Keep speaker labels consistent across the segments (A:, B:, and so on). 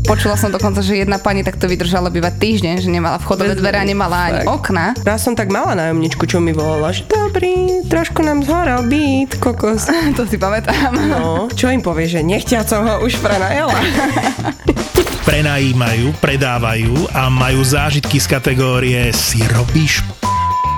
A: Počula som dokonca, že jedna pani takto vydržala iba týždeň, že nemala vchodové
B: Bez
A: dvere a
B: dverí.
A: nemala ani
B: Fakt.
A: okna.
B: Raz som tak mala nájomničku, čo mi volala, že dobrý, trošku nám zhoral byt, kokos.
A: To si pamätám.
B: No, čo im povie, že nechťa som ho už prenajela.
C: Prenajímajú, predávajú a majú zážitky z kategórie si robíš p-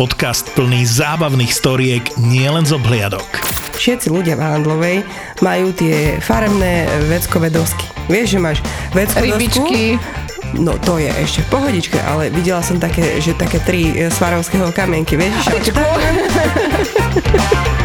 C: podcast plný zábavných storiek nielen z obhliadok.
B: Všetci ľudia v Handlovej majú tie farebné veckové dosky. Vieš, že máš veckové
A: Rybičky.
B: No to je ešte v pohodičke, ale videla som také, že také tri e, svarovského kamienky, vieš? že-